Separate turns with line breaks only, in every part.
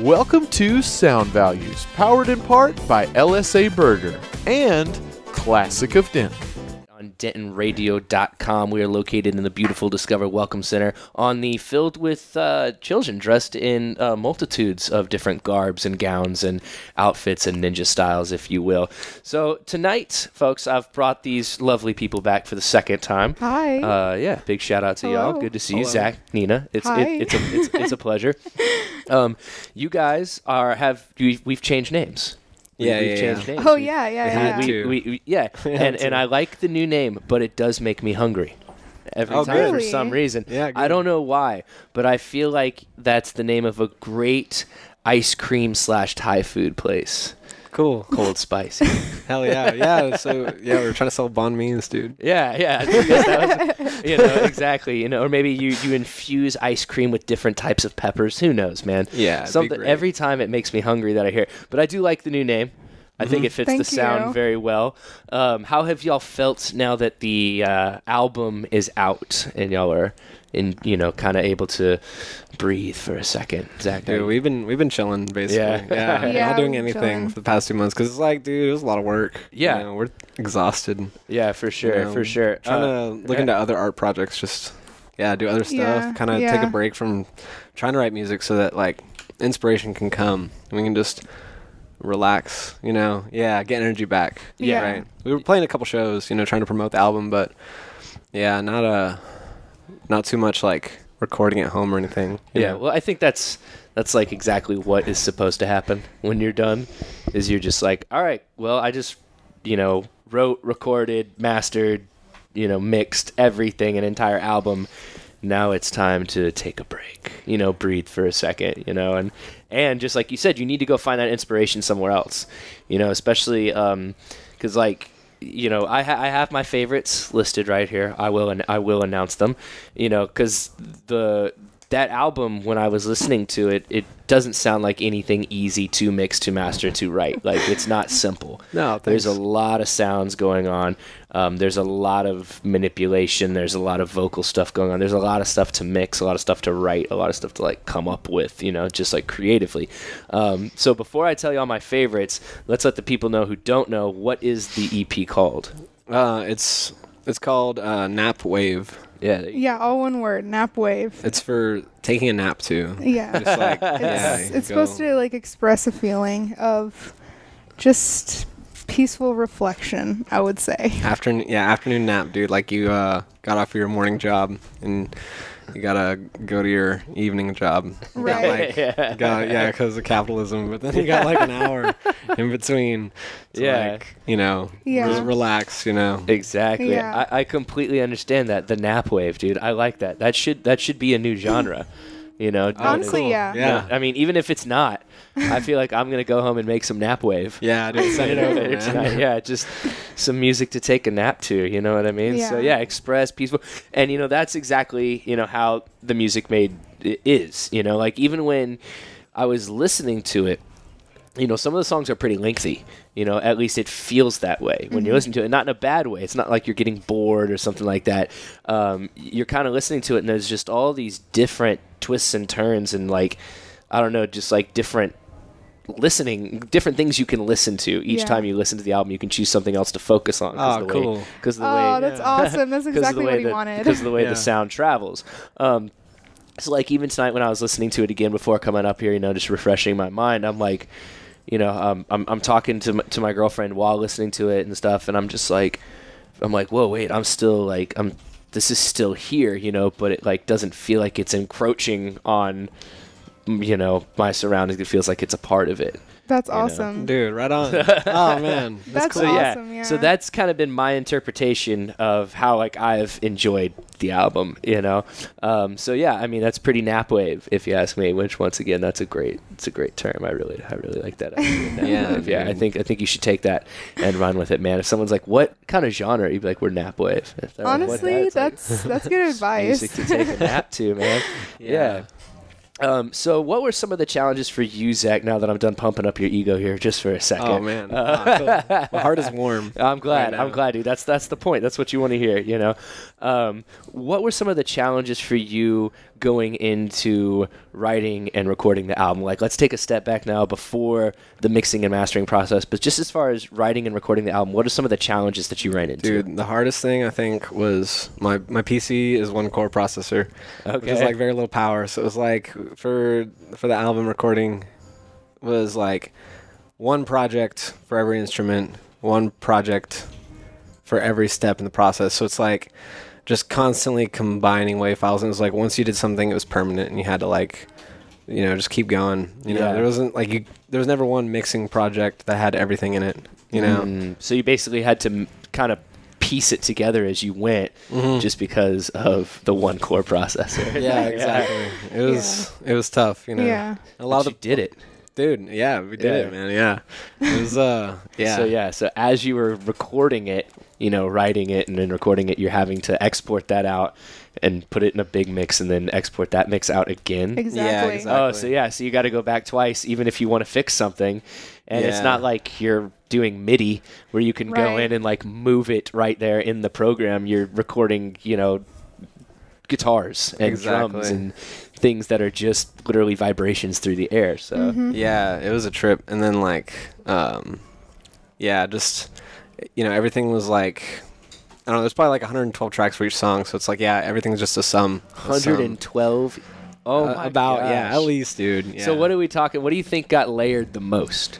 Welcome to Sound Values, powered in part by LSA Burger and Classic of Denton.
on dentonradio.com. We are located in the beautiful Discover Welcome Center on the filled with uh, children dressed in uh, multitudes of different garbs and gowns and outfits and ninja styles, if you will. So tonight, folks, I've brought these lovely people back for the second time.
Hi.
Uh, yeah, big shout out to y'all.
Hello.
Good to see you, Zach, Nina. It's
Hi.
It, it's, a, it's, it's a pleasure. Um, you guys are have we, we've changed names. We-
Yeah,
we've
yeah,
changed names.
oh
We've-
yeah, yeah,
had
yeah.
we,
to.
we, we- yeah, and, and I like the new name, but it does make me hungry every
Oh,
time for
good.
some reason.
Yeah,
I
good.
don't know why, but I feel like that's the name of a great ice cream slash Thai food place.
Cool.
Cold spicy.
Hell yeah. Yeah. So yeah, we were trying to sell banh mi's, dude.
yeah, yeah. I think that was- you know, exactly. You know, or maybe you, you infuse ice cream with different types of peppers. Who knows, man?
Yeah, it'd be
Something
great.
every time it makes me hungry that I hear. it. But I do like the new name. I
Mm-hmm.
think it fits
Thank
the sound
you.
very well. Um, how have y'all felt now that the uh, album is out and y'all are in you know kind of able to breathe for a second? Zach,
Dude,
are you-
we've been we've been chilling basically.
Yeah.
Yeah.
Yeah,
not doing
we've been
anything
chilling.
for the past two months because it's like, dude, it was a lot of work. You
Yeah.
know, we're exhausted.
yeah, for sure,
know,
for sure.
Trying
Uh,
to look into other art projects, just yeah, do other stuff.
Yeah,
kind of take
yeah.
a break from trying to write music so that like inspiration can come. and We can just relax, you know. Yeah, get energy back.
Yeah.
Right. We were playing a couple shows, you know, trying to promote the album, but yeah, not uh not too much like recording at home or anything. you
Yeah,
know.
well, I think that's that's like exactly what is supposed to happen when you're done. Is you're just like, all right, well, I just you know wrote, recorded, mastered, you know, mixed everything, an entire album. Now it's time to take a break. You know, breathe for a second. You know, and and just like you said, you need to go find that inspiration somewhere else. You know, especially because like you know, I, ha- I have my favorites listed right here. I will and I will announce them. You know, because the that album when I was listening to it, it doesn't sound like anything easy to mix, to master, to write. Like it's not simple.
No,
there's a
thanks.
lot of sounds going on. Um, there's a lot of manipulation. There's a lot of vocal stuff going on. There's a lot of stuff to mix, a lot of stuff to write, a lot of stuff to like come up with, you know, just like creatively. Um, so before I tell you all my favorites, let's let the people know who don't know what is the EP called.
Uh, it's it's called uh, nap wave.
Yeah.
Yeah, all one word. Nap wave.
It's for taking a nap too.
Yeah.
Just like yeah,
it's
you
it's supposed
go-
to like express a feeling of just peaceful reflection. I would say.
afternoon yeah afternoon nap, dude. Like you uh, got off your morning job and you gotta go to your evening job. You got,
Right.
like, you got- yeah, because of capitalism. But then you got like an hour in between. To,
Yeah.
like, you know,
Yeah.
just relax. You know.
Exactly.
Yeah.
I, I completely understand that. The nap wave, dude. I like that. That should that should be a new genre. You know.
Honestly,
cool.
yeah.
Yeah.
I mean, even if it's not, I feel like I'm gonna go home and make some nap wave.
Yeah, dude. Send it over,
It's
man.
not- yeah, just some music to take a nap to. You know what I mean? So
Yeah.
yeah, express, peaceful, and you know that's exactly you know how the music made i- is. You know, like even when I was listening to it, you know, some of the songs are pretty lengthy. You know, at least it feels that way when
Mm-hmm.
you're listening to it, not in a bad way. It's not like you're getting bored or something like that. Um, you're kind of listening to it, and there's just all these different twists and turns, and like, I don't know, just like different listening, different things you can listen to each
Yeah. Ah,
time you listen to the album. You can choose something else to focus on.
Oh,
the
cool.
Because the
Oh,
way,
that's awesome. That's
'cause
exactly
the way
what he
that-
wanted.
Because of the way
Yeah.
the sound travels. Um, so like even tonight when I was listening to it again before coming up here, you know, just refreshing my mind, I'm like, you know, um, I'm I'm talking to m- to my girlfriend while listening to it and stuff, and I'm just like, I'm like, whoa, wait, I'm still like, I'm this is still here, you know, but it like doesn't feel like it's encroaching on, mm, you know, my surroundings. It feels like it's a part of it.
That's
know.
awesome.
Dude, right on. Oh man,
That's
cool.
So
Awesome,
yeah.
yeah.
So uh, that's kind of been my interpretation of how like I've enjoyed the album, you know. Um, so yeah, I mean that's pretty nap wave if you ask me. Which once again, that's a great, it's a great term. I really, I really like that. idea, nap
Yeah,
wave. yeah. I
dude.
think I think you should take that and run with it, man. If someone's like, "What kind of genre?" You'd be like, "We're nap wave." If they're like, "What
Honestly,
that?" It's like,
that's that's good
"Music
advice.
to take a nap to, man." yeah. Um, so, what were some of the challenges for you, Zach? Now that I'm done pumping up your ego here, just for a second.
Oh man,
Uh,
my heart is warm.
I'm glad.
Right now.
I'm glad, dude. That's that's the point. That's what you want to hear. You know, um, what were some of the challenges for you going into writing and recording the album? Like, let's take a step back now before the mixing and mastering process, but just as far as writing and recording the album, what are some of the challenges that you ran into?
Dude, the hardest thing I think was my my PC is one core processor, which is
Okay.
like very low power. So it was like for for the album recording was like one project for every instrument, one project for every step in the process. So it's like just constantly combining WAV files. And it was like once you did something, it was permanent, and you had to like you know just keep going. You know,
Yeah.
there wasn't like you there was never one mixing project that had everything in it. You know.
Mm, so you basically had to m- kind of piece it together as you went,
Mm-hmm.
just because of the one core processor.
yeah, exactly. It was it was tough, you know.
Yeah.
A lot
But
of
you did it.
the dude, yeah, we did
Yeah.
it, man. Yeah. It was uh yeah.
So yeah, so as you were recording it, you know, writing it and then recording it, you're having to export that out and put it in a big mix and then export that mix out again.
Exactly.
exactly.
Oh, so yeah, so you got to go back twice even if you want to fix something. And it's
Yeah.
not like you're doing MIDI where you can go
Right.
in and like move it right there in the program. You're recording, you know, guitars and drums
Exactly.
and things that are just literally vibrations through the air. So
Mm-hmm. Yeah, it was a trip. And then like um yeah, just you know, everything was like I don't know, there's probably like 112 tracks for each song, so it's like yeah, everything's just a sum. a sum.
112 Oh
Uh,
my
about
gosh.
yeah, at least dude. Yeah.
So what are we talking? What do you think got layered the most?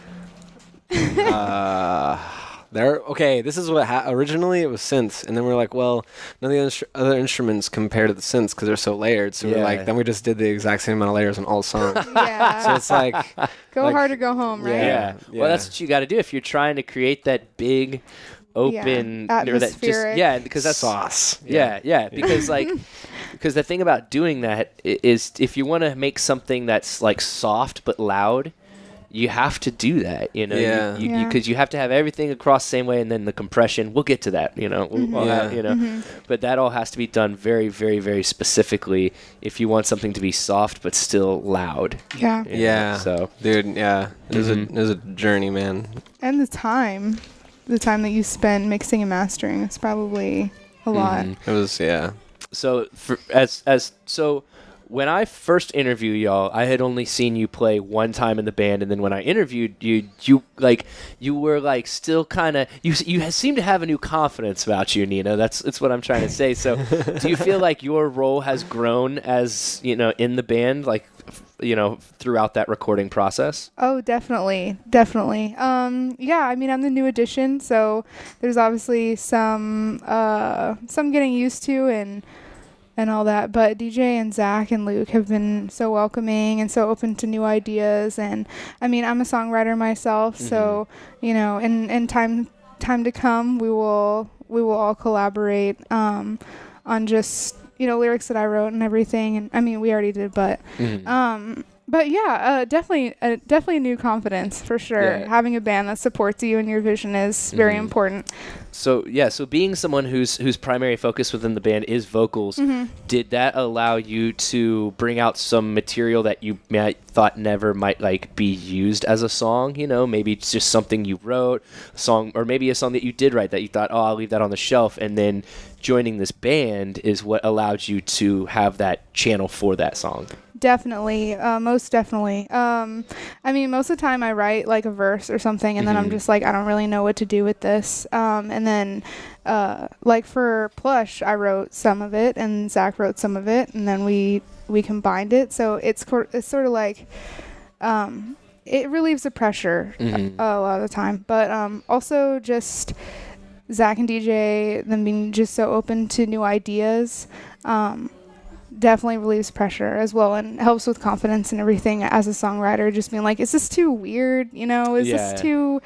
There, okay, this is what ha- originally it was synths, and then we are like, well, none of the instru- other instruments compare to the synths because they're so layered. So we
Yeah.
we're like, then we just did the exact same amount of layers on all songs.
Yeah.
so it's like,
go
like-
hard or go home, right?
Yeah.
Well, that's what you got to do if you're trying to create that big, open, or that just
Atmospheric.
yeah, because that's
sauce.
Yeah, yeah, because like because the thing about doing that i- is if you want to make something that's like soft but loud, you have to do that, you know.
Yeah.
Because you, you,
Yeah.
'cause you have to have everything across the same way and then the compression, we'll get to that, you know. We'll, we'll have-
Yeah.
you know. But that all has to be done very very very specifically if you want something to be soft but still loud.
Yeah.
you know,
Yeah.
So, Mm-hmm.
dude, yeah, it was a it was a journey, man.
And the time, the time that you spend mixing and mastering is probably a
Mm-hmm.
lot.
It was yeah.
so for, as as so when I first interviewed y'all, I had only seen you play one time in the band, and then when I interviewed you, you like you were like still kind of you you ha- seem to have a new confidence about you, Nina. That's that's what I'm trying to say. So, do you feel like your role has grown as you know in the band, like f- you know throughout that recording process?
Oh, definitely, definitely. Um, yeah, I mean, I'm the new addition, so there's obviously some uh, some getting used to and and all that. But DJ and Zach and Luke have been so welcoming and so open to new ideas. And I mean, I'm a songwriter myself, so you know, in in time time to come, we will we will all collaborate um, on just you know lyrics that I wrote and everything. And I mean, we already did, but um, but yeah, uh, definitely, uh, definitely new confidence for sure.
Yeah.
Having a band that supports you and your vision is very important.
So yeah, so being someone whose whose primary focus within the band is vocals, did that allow you to bring out some material that you might thought never might like be used as a song? You know, maybe it's just something you wrote, a song, or maybe a song that you did write that you thought, oh, I'll leave that on the shelf, and then joining this band is what allowed you to have that channel for that song.
Definitely, uh, most definitely. Um, I mean, most of the time I write like a verse or something, and then I'm just like, I don't really know what to do with this. Um, and then, uh, like for Plush, I wrote some of it, and Zach wrote some of it, and then we we combined it. So it's cor- it's sort of like, um, it relieves the pressure
Mm-hmm.
a, a lot of the time, but um, also just. Zach and DJ, them being just so open to new ideas, um, definitely relieves pressure as well and helps with confidence and everything as a songwriter. Just being like, is this too weird? You know, is
Yeah.
this too,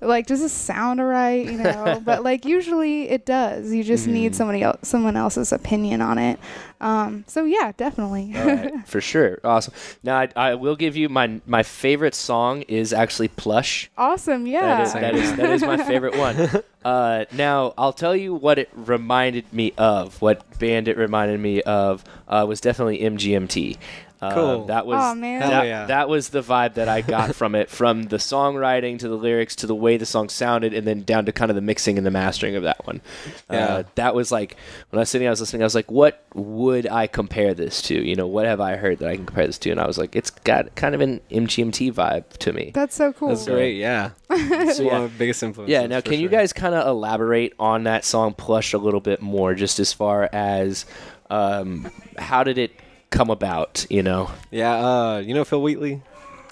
like, does this sound all right? You know, but like usually it does. You just
Mm-hmm.
need somebody else, someone else's opinion on it. Um, so yeah, definitely.
All right, for sure, awesome. Now I, I will give you my my favorite song is actually Plush.
awesome.
That
Yeah.
is, that is that is my favorite one. Uh, now I'll tell you what it reminded me of. What band it reminded me of uh, was definitely MGMT. Um,
Cool.
that was
Aw, man.
Hell
That,
yeah.
that was the vibe that I got from it, from the songwriting to the lyrics to the way the song sounded, and then down to kind of the mixing and the mastering of that one.
Yeah.
Uh, that was like when I was sitting, I was listening. I was like, what would I compare this to? You know, what have I heard that I can compare this to? And I was like, it's got kind of an MGMT vibe to me.
That's so cool.
That's great. Yeah.
So,
One
Oh, yeah.
of the biggest influences.
Yeah. Now,
for
can you
sure.
guys kind of elaborate on that song "Plush" a little bit more, just as far as um, how did it come about? You know,
Yeah. Uh, you know Phil Wheatley?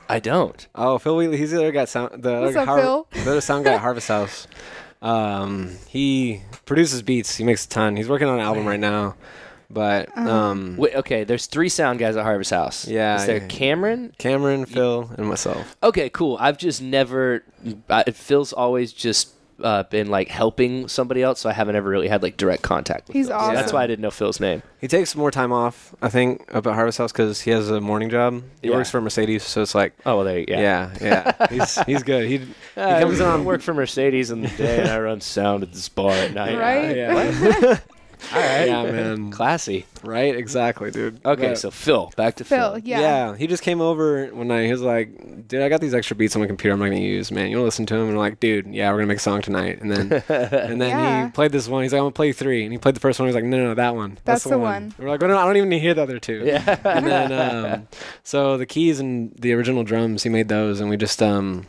I don't.
Oh, Phil Wheatley. He's the other guy. at Sound, the
What's
other
up,
Har-
Phil?
The other sound guy at Harvest House. Um, he produces beats. He makes a ton. He's working on an album right now, but
Uh-huh.
um,
Wait, okay, there's three sound guys at Harvest House.
Yeah,
Is there
yeah.
Cameron?
Cameron, Phil, and myself.
Okay, cool. I've just never. I, Phil's always just uh, been like helping somebody else, so I haven't ever really had like direct contact with
He's
Phil. So That's
awesome.
why I didn't know Phil's name.
He takes more time off, I think, up at Harvest House because he has a morning job. He
Yeah.
works for Mercedes, so it's like,
Oh, well, there you go.
yeah, yeah, he's he's good. He, he
Uh,
comes
I
on
work for Mercedes in the day, and I run sound at this bar at night.
Right?
Yeah, All right. Yeah, man.
Classy.
Right, exactly, dude.
Okay,
But-
so Phil, back to Phil.
Phil,
yeah.
yeah.
he just came over one night. He was like, "Dude, I got these extra beats on my computer. I'm not gonna use, man. You wanna listen to them?" And I'm like, "Dude, yeah, we're gonna make a song tonight." And then, and then
Yeah.
he played this one. He's like, "I'm gonna play three. And he played the first one. He's like, "No, no, no, that one.
That's the one.
And we're like, well, no, "I don't even need to hear the other two. Yeah. and then, um, so the keys and the original drums, he made those, and we just um,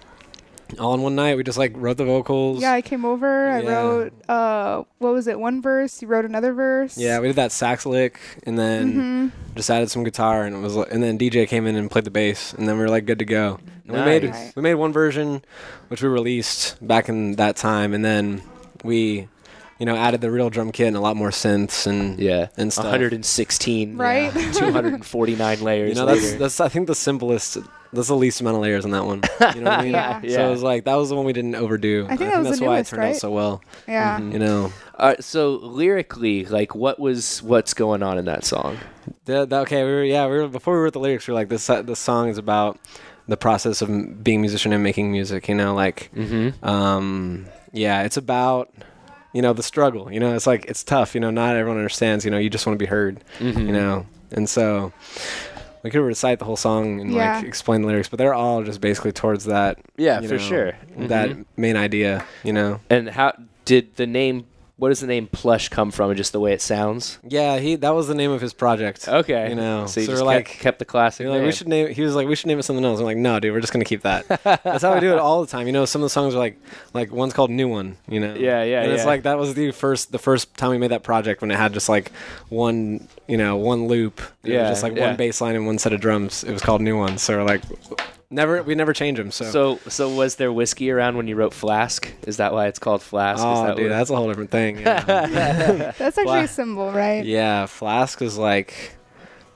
all in one night. We just like wrote the vocals.
Yeah, I came over. I
Yeah.
wrote, uh, what was it? One verse. You wrote another verse.
Yeah, we did that sax lick, and then
Mm-hmm.
just added some guitar, and it was. li- And then DJ came in and played the bass, and then we were like good to go. And We made
Nice.
we made one version, which we released back in that time, and then we, you know, added the real drum kit and a lot more synths and
Yeah.
and stuff.
116.
Right?
249 layers.
You know, that's
later.
that's I think the simplest. That's the least amount of layers on that one. You know what I mean?
Yeah.
So
Yeah.
it was like that was the one we didn't overdo.
I think that was the
that's why
newest,
it turned
right?
out so well.
Mm-hmm. Yeah.
You know,
All right, so lyrically, like, what was what's going on in that song?
The, the- okay, we were yeah, we were before we wrote the lyrics, we were like this. The song is about the process of m- being a musician and making music. You know, like
Mm-hmm.
um, yeah, it's about you know the struggle. You know, it's like it's tough. You know, not everyone understands. You know, you just want to be heard.
Mm-hmm.
You know, and so we could recite the whole song and
Yeah.
like explain the lyrics, but they're all just basically towards that.
Yeah,
you
for
know,
sure.
That
Mhm.
main idea. You know.
And how did the name? What does the name Plush come from? Just the way it sounds.
Yeah, he that was the name of his project.
Okay,
You know,
so, you
so
just
we're
kept,
like-
kept the classic.
You're like, we
name.
should name. He was like, we should name it something else. I'm like, no, dude, we're just gonna keep that. That's how we do it all the time. You know, some of the songs are like, like one's called New One. You know.
Yeah, yeah,
And it's
yeah.
like that was the first, the first time we made that project when it had just like one, you know, one loop. It was
Yeah,
just like
yeah.
one bass line and one set of drums. It was called New One. So we're like, never, we never change them. So.
So, so was there whiskey around when you wrote Flask? Is that why it's called Flask? Is
Oh,
that
dude,
what-
that's a whole different thing. Yeah.
That's actually
Wow.
a symbol, right?
Yeah, flask is like,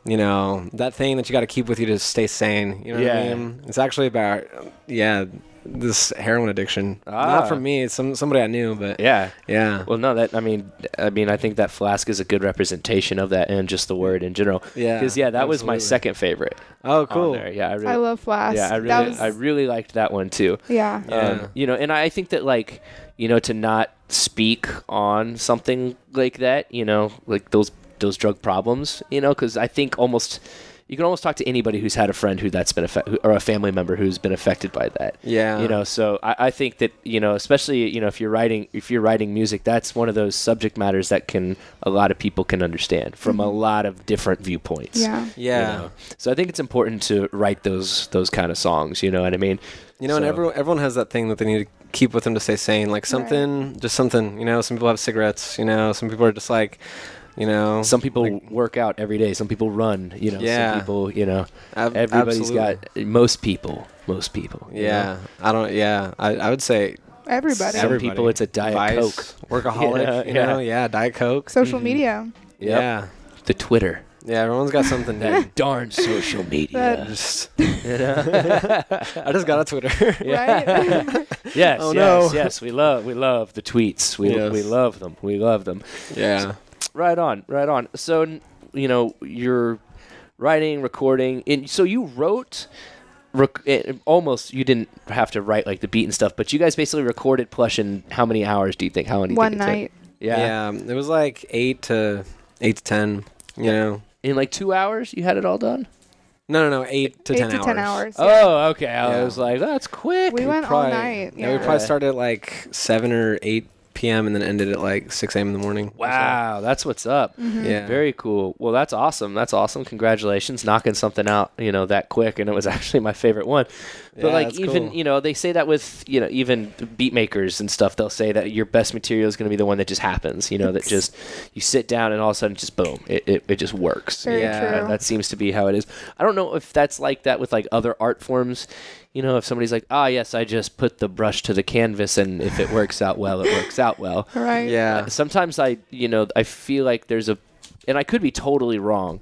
you know, that thing that you got to keep with you to stay sane. You know what
Yeah.
I mean? It's actually about, yeah, this heroin addiction.
Ah.
Not from me. It's some somebody I knew, but yeah,
yeah.
yeah,
Well, no, that I mean, I mean, I think that Flask is a good representation of that, and just the word in general.
Yeah,
Because yeah, that was my
absolutely.
second favorite.
Oh,
on
cool.
there. Yeah, I really.
I love Flask.
yeah, I
That
really,
was,
I really liked that one too.
yeah.
Yeah.
Um, you know, and I think that like, you know, to not speak on something like that, you know, like those those drug problems, you know, because I think almost you can almost talk to anybody who's had a friend who that's been affected or a family member who's been affected by that.
Yeah.
You know, so I, I think that you know, especially you know, if you're writing if you're writing music, that's one of those subject matters that can a lot of people can understand from a lot of different viewpoints
Yeah.
you
Mm-hmm. yeah.
know. So I think it's important to write those those kind of songs. You know what I mean?
You know, and
So-
everyone everyone has that thing that they need to keep with them to stay sane. Like something, just something. You know, some people have cigarettes. You know, some people are just like, you know,
Some people work out every day. Some people run. You know.
Yeah.
Some people. You know.
Ab-
everybody's
absolutely.
got most people. Most people. you know?
Yeah, I don't. Yeah, I, I would say
Everybody.
Some
everybody.
people, it's a Diet
Vice, workaholic.
Yeah,
you
yeah.
know, yeah, diet coke.
Social media.
Yep.
Yeah.
The Twitter.
Yeah, everyone's got something to
That darn social media.
just. I just got a Twitter.
Right?
yes.
Oh,
yes.
no.
Yes. We love. We love the tweets. We
Yes.
we love them. We love them.
yeah.
Right on. Right on. So n- you know you're writing, recording, and so you wrote. Rec- eh, almost you didn't have to write like the beat and stuff, but you guys basically recorded plush in how many hours do you think? How many?
One night.
Yeah.
yeah, um, It was like eight to eight to ten. You know.
In like two hours, you had it all done.
No, no, no. Eight to
eight
ten
to
hours.
ten hours. yeah.
Oh, okay. I
Yeah.
was like, that's quick.
We went all
Probably-
night.
we
Yeah.
probably started at like seven or eight p.m. and then ended at like six a.m. in the morning.
wow, that's what's up.
Mm-hmm.
Yeah.
Very cool. Well, that's awesome. That's awesome. Congratulations, knocking something out, you know, that quick. And it was actually my favorite one. But
Yeah,
like
that's
even,
cool.
you know, they say that with, you know, even beat makers and stuff, they'll say that your best material is going to be the one that just happens, you know, that just you sit down and all of a sudden just boom, it, it, it just works.
Very
Yeah,
true.
And that seems to be how it is. I don't know if that's like that with like other art forms. You know, if somebody's like, ah, yes, I just put the brush to the canvas and if it works out well, it works out well.
right.
Yeah.
Sometimes I, you know, I feel like there's a, and I could be totally wrong,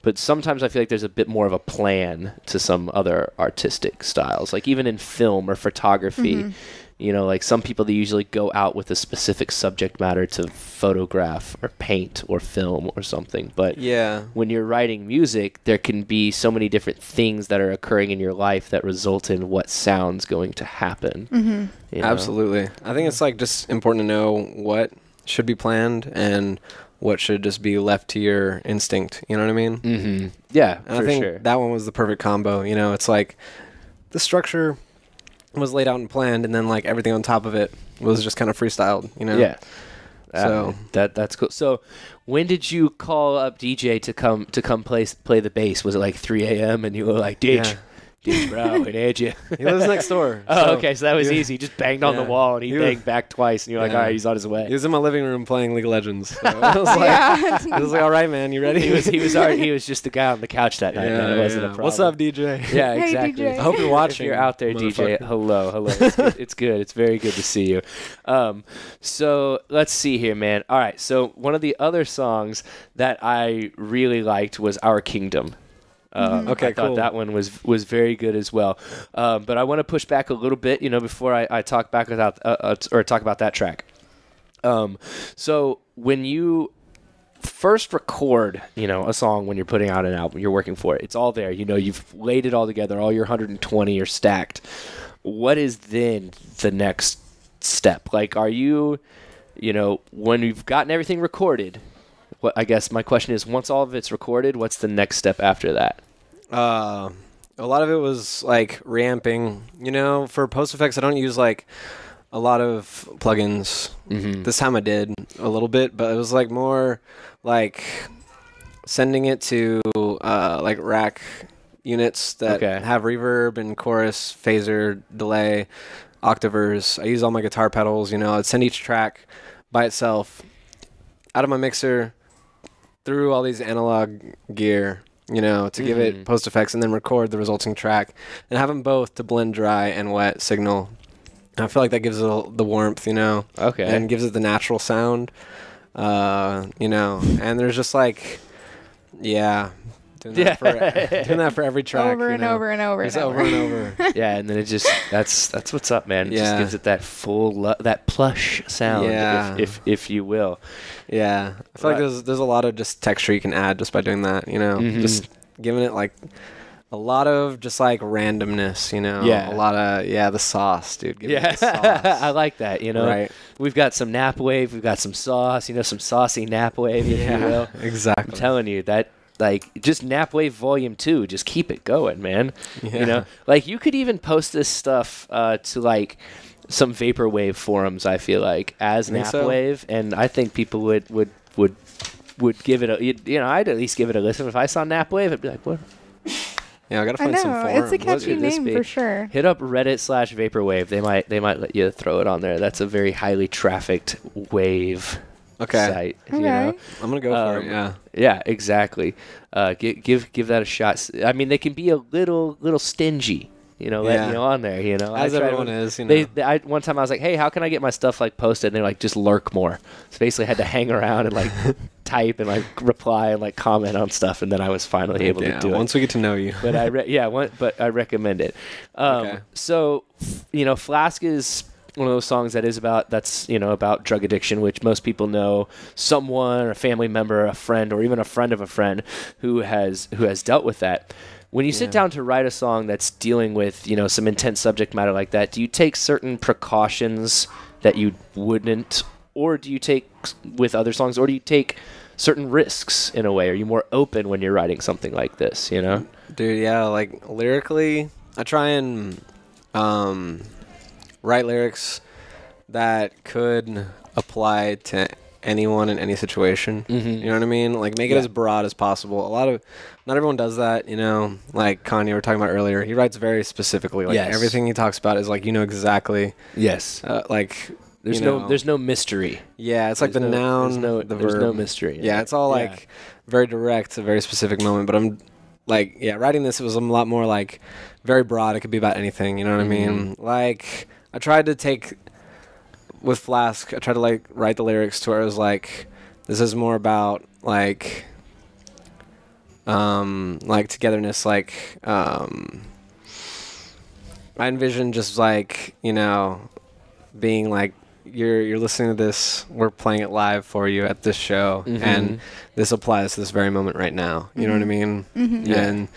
but sometimes I feel like there's a bit more of a plan to some other artistic styles. Like even in film or photography,
Mm-hmm.
you know, like some people they usually go out with a specific subject matter to photograph or paint or film or something. But
Yeah.
when you're writing music, there can be so many different things that are occurring in your life that result in what sounds going to happen. Mm-hmm.
Absolutely. I think it's like just important to know what should be planned and what should just be left to your instinct. You know what I mean?
hmm Yeah,
And
for
I think
sure.
that one was the perfect combo. You know, it's like the structure was laid out and planned, and then like everything on top of it was just kind of freestyled. You know?
Yeah. So
So-
that that's cool. So, when did you call up DJ to come to come play play the bass? Was it like 3 a.m. and you were like, "Ditch, ditch, bro, we need you."
He lives next door.
Oh,
so
okay. So that was easy. You Just banged on the
Yeah.
wall and he
You were-
banged back twice, and you're like,
Yeah.
"All right, he's on his
He
way."
was in my living room playing League of Legends. So I was like, I was like, all right, man, you ready?
He was he was already, he was just the guy on the couch that
Yeah,
night. man. It wasn't a
yeah.
problem.
What's up, DJ?
Yeah,
Hey,
exactly.
DJ.
I hope you're
If
watching.
you're out there, DJ, hello, hello. It's good. it's good. It's very good to see you. Um, so let's see here, man. All right. So one of the other songs that I really liked was "Our Kingdom." Um,
Mm, Okay,
I thought
cool.
that one was was very good as well. Um, but I want to push back a little bit, you know, before I, I talk back without uh, uh, or talk about that track. Um, so when you first record, you know, a song when you're putting out an album, you're working for it. It's all there. You know, you've laid it all together. All your 120 are stacked. What is then the next step? Like, are you, you know, when you've gotten everything recorded? What I guess my question is, once all of it's recorded, what's the next step after that?
Uh, a lot of it was like reamping. You know, for post effects, I don't use like a lot of plugins. This time I did a little bit, but it was like more like sending it to uh, like rack units that
Okay.
have reverb and chorus, phaser, delay, octavers. I use all my guitar pedals. You know, I'd send each track by itself out of my mixer through all these analog gear, you know, to give
Mhm.
it post effects and then record the resulting track and have them both to blend dry and wet signal. And I feel like that gives it a- the warmth, you know,
Okay.
and gives it the natural sound, uh, you know. And there's just like, yeah, doing that,
Yeah.
for, doing that for every track.
over
you
and
know.
over and over
Just
and
over
over.
and over.
yeah, and then it just that's that's what's up, man. It just
Yeah.
gives it that full lu- that plush sound,
Yeah.
if, if if you will.
Yeah, I feel
Right.
like there's there's a lot of just texture you can add just by doing that. You know,
Mhm.
just giving it like a lot of just like randomness. You know,
Yeah.
a lot of yeah, the sauce, dude. Give
Yeah,
it the sauce.
I like that. You know,
Right.
we've got some nap wave, we've got some sauce. You know, some saucy nap wave, if you will. I'm
exactly.
telling you that, like, just nap wave volume two, just keep it going, man. You
Yeah.
know, like you could even post this stuff uh, to like some vaporwave forums. I feel like as
Think
nap
so?
wave, and I think people would would would would give it a you you know I'd at least give it a listen if I saw nap wave I'd be like what
Yeah, I gotta
I
find some
know.
form.
It's a
What
catchy
could this
name
be?
for sure.
Hit up Reddit slash Vaporwave. They might they might let you throw it on there. That's a very highly trafficked wave
Okay.
site. You
Okay.
know?
I'm gonna go for
Um,
it. Yeah.
Yeah, exactly. Uh, give, give give that a shot. S- I mean, they can be a little little stingy, you know, letting
Yeah.
you on there. You know,
As
tried
everyone
one-
is, you
They,
know.
they- I, one time I was like, hey, how can I get my stuff like posted? And they're like, just lurk more. So basically, I had to hang around and like type and like reply and like comment on stuff, and then I was finally able
yeah.
to do it
Once we get to know you.
but I re- yeah, one, but I recommend it. Um,
Okay.
So, f- you know, Flask is one of those songs that is about that's you know about drug addiction, which most people know someone, a family member, a friend, or even a friend of a friend who has who has dealt with that. When you sit
Yeah.
down to write a song that's dealing with you know some intense subject matter like that, do you take certain precautions that you wouldn't, or do you take s- with other songs, or do you take certain risks in a way? Are you more open when you're writing something like this? You know,
Dude, yeah, like lyrically, I try and um, write lyrics that could apply to anyone in any situation.
Mm-hmm.
You know what I mean? Like make it as broad as possible. A lot of not everyone does that, you know. Like Kanye we were talking about earlier, he writes very specifically. Like
Yes.
everything he talks about is like you know exactly
yes.
uh, like
There's
you
no
know.
there's no mystery.
Yeah, it's like the
There's no-
noun,
there's no-
the
there's
verb.
no mystery in
Yeah,
it.
it's all
Yeah.
like very direct, a very specific moment. But I'm like, yeah, writing this it was a lot more like very broad. It could be about anything. You know what I
Mm-hmm.
mean? Like I tried to take with Flask. I tried to like write the lyrics to where it was like, this is more about like, um, like togetherness. Like, um, I envision just like you know, being like you're you're listening to this. We're playing it live for you at this show,
Mm-hmm.
and this applies to this very moment right now. You know what I mean? Mm-hmm.
Yeah.
And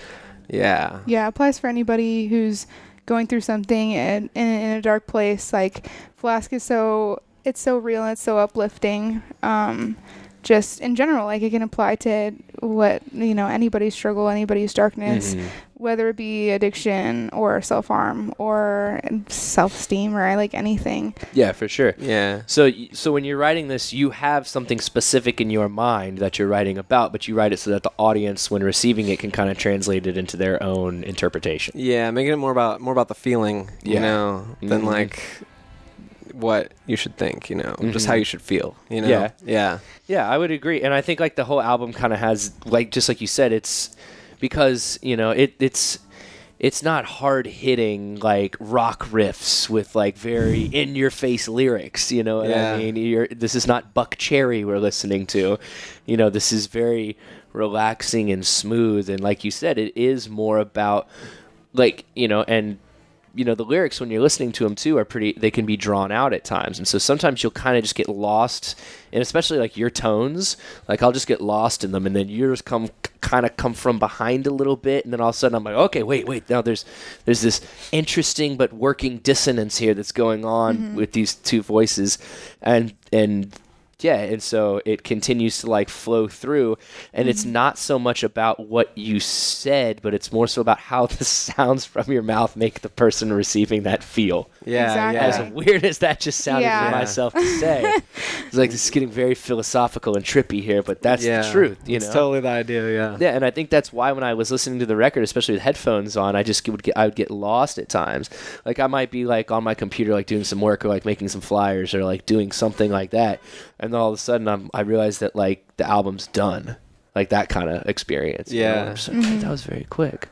yeah,
Yeah, it applies for anybody who's going through something in, in, in a dark place. Like Flask is so it's so real and it's so uplifting. Um, just in general, like it can apply to what you know anybody's struggle, anybody's darkness,
Mm-hmm.
whether it be addiction or self harm or self esteem or like anything.
Yeah, for sure.
yeah.
So, y- so when you're writing this, you have something specific in your mind that you're writing about, but you write it so that the audience, when receiving it, can kind of translate it into their own interpretation.
Yeah, making it more about more about the feeling,
Yeah.
you know, than
Mhm.
like what you should think, you know, just how you should feel, you know.
Mm-hmm. Yeah.
Yeah.
Yeah, I would agree, and I think like the whole album kind of has like just like you said, it's because you know it it's it's not hard hitting like rock riffs with like very in your face lyrics. You know what
Yeah.
I mean? You're, this is not Buck Cherry we're listening to. You know, this is very relaxing and smooth. And like you said, it is more about like you know and you know the lyrics when you're listening to them too are pretty they can be drawn out at times and so sometimes you'll kind of just get lost and especially like your tones like i'll just get lost in them and then yours come kind of come from behind a little bit and then all of a sudden i'm like okay wait wait now there's there's this interesting but working dissonance here that's going on with these two voices and and yeah and so it continues to like flow through and it's
Mm-hmm.
not so much about what you said but it's more so about how the sounds from your mouth make the person receiving that feel
Yeah.
Exactly.
as
Yeah.
weird as that just sounded
Yeah.
for myself to say it's like it's getting very philosophical and trippy here but that's the
Yeah.
truth you
It's
know
totally the idea, yeah.
yeah, and I think that's why when I was listening to the record, especially with headphones on, I just would get I would get lost at times. Like I might be like on my computer, like doing some work or like making some flyers or like doing something like that, and then all of a sudden I'm I realize that like the album's done, like that kind of experience. you know,
Yeah.
where I'm just like, "Hey, that was very quick.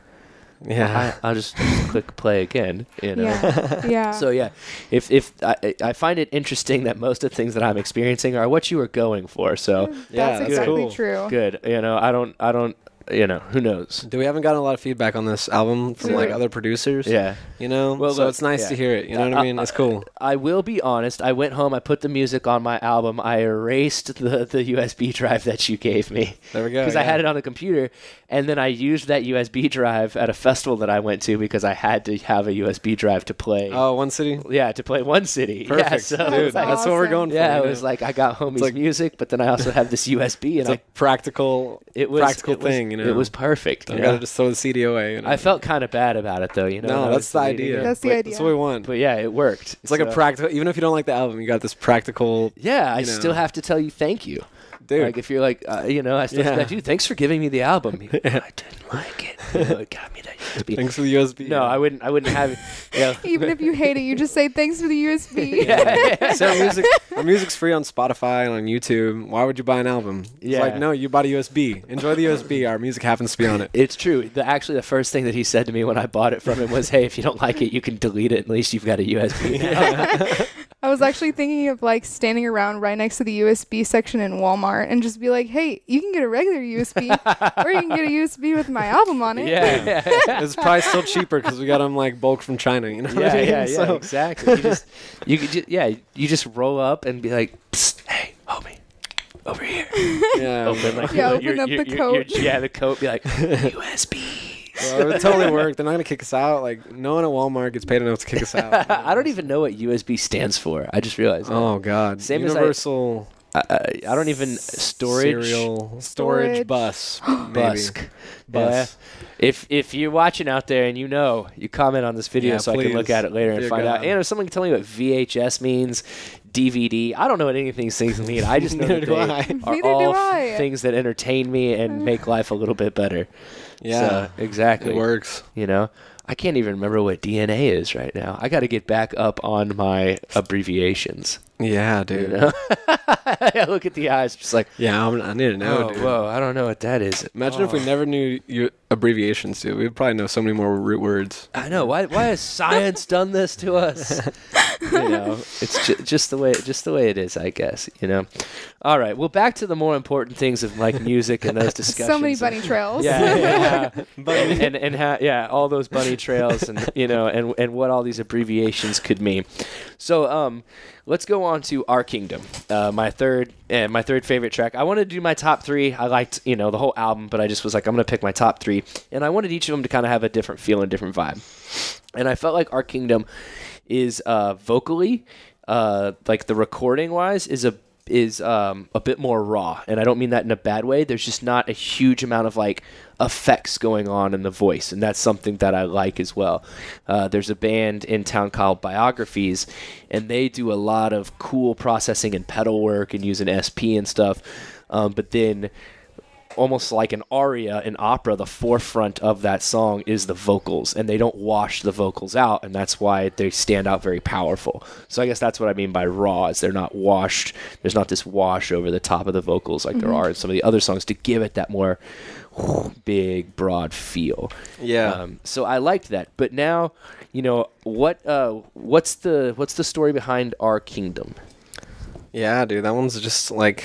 Yeah.
I, I'll just click play again. You know.
Yeah, yeah.
So yeah, if if I, I- I find it interesting that most of the things that I'm experiencing are what you were going for. So
Yeah,
that's
that's
exactly
cool.
true.
good, you know, I don't I don't you know who knows.
Dude, we haven't gotten a lot of feedback on this album from like
Yeah.
other producers.
Yeah.
You know?
Well,
so
look,
it's nice
yeah.
to hear it. You know what I mean? It's cool.
I will be honest. I went home. I put the music on my album. I erased the, the USB drive that you gave me.
There we go,
Because I
yeah.
had it on the computer, and then I used that USB drive at a festival that I went to because I had to have a USB drive to play.
Oh, One City?
Yeah, to play One City.
Perfect.
Yeah, so it
Dude,
was like-
that's what we're
awesome.
going for.
yeah,
you
it
know?
was like I got homie's
like-
music, but then I also have this USB,
it's
and
a
I,
practical
it was
practical
it was-
thing, you know.
It was perfect.
I
you know?
gotta just throw the CD away. You know?
I felt kind of bad about it though, you know.
no,
when I was
that's the
deleting
idea.
it.
That's the
Like, That's
idea.
what we want.
But yeah, it worked.
It's like a practical. Even if you don't like the album, you got this practical.
Yeah, I
you know.
still have to tell you thank you.
Dude,
Like if you're like, uh, you know, I still
Yeah.
expect you. Thanks for giving me the album. I didn't like it. You know, it got me that USB.
thanks for the USB.
No, I wouldn't. I wouldn't have it. Yeah.
Even if you hate it, you just say thanks for the USB.
yeah.
so our music, our music's free on Spotify and on YouTube. Why would you buy an album? It's
Yeah.
like no, you bought a USB. Enjoy the USB. Our music happens to be on it.
It's true. The, actually, the first thing that he said to me when I bought it from him was, "Hey, if you don't like it, you can delete it. At least you've got a USB." now."
I was actually thinking of like standing around right next to the USB section in Walmart and just be like, "Hey, you can get a regular USB, or you can get a USB with my album on it."
yeah, yeah, yeah,
It's probably still cheaper because we got them like bulk from China. You know what
yeah,
I mean?
yeah,
So-
exactly. You just, you could, ju- yeah, you just roll up and be like, "Psst, "Hey, homie, over here."
yeah.
Open like,
Yeah,
like,
open up the coat.
yeah, the coat. Be like, USB.
Well, it would totally work. They're not gonna kick us out. Like no one at Walmart gets paid enough to kick us out.
I don't even know what USB stands for. I just realized. that.
Oh God.
Same as I-
Universal
I, I, I don't even uh, storage
Serial
Storage.
storage bus.
busk.
Bus.
Yeah. If if you're watching out there and you know, you comment on this video
Yeah,
so I can look
please.
at it later and
Dear
find out.
God.
And if someone can tell me what VHS means, DVD, I don't know what any of these things mean. I just know
Neither
that
do
they
I.
are
Neither do
all
I. Uh.
things that entertain me and make life a little bit better.
Yeah.
So, exactly.
It works.
You know, I can't even remember what DNA is right now. I got to get back up on my abbreviations.
Yeah, dude.
You know, I look at the eyes, just like,
Yeah, I'm, I need to know,
oh,
dude.
whoa, I don't know what that is.
Imagine if
Oh.
we never knew your abbreviations, dude. We'd probably know so many more root words.
I know why. Why has science done this to us? you know, it's ju- just the way, just the way it is, I guess. You know. All right. Well, back to the more important things of like music and those discussions.
So many
of-
bunny trails.
Yeah, yeah, and and, and ha- yeah, all those bunny trails, and you know, and and what all these abbreviations could mean. So, um, let's go on to our kingdom. Uh, my third and my third favorite track. I wanted to do my top three. I liked you know the whole album, but I just was like, I'm gonna pick my top three, and I wanted each of them to kind of have a different feel and different vibe. And I felt like our kingdom is uh, vocally, uh, like the recording wise, is a is um, a bit more raw, and I don't mean that in a bad way. There's just not a huge amount of like effects going on in the voice, and that's something that I like as well. Uh, there's a band in town called Biographies, and they do a lot of cool processing and pedal work and using SP and stuff. Um, but then almost like an aria in opera the forefront of that song is the vocals and they don't wash the vocals out and that's why they stand out very powerful so i guess that's what i mean by raw is they're not washed there's not this wash over the top of the vocals like there are in some of the other songs to give it that more big broad feel
Yeah.
um, so i liked that but now you know what uh what's the what's the story behind our kingdom
Yeah, dude, that one's just like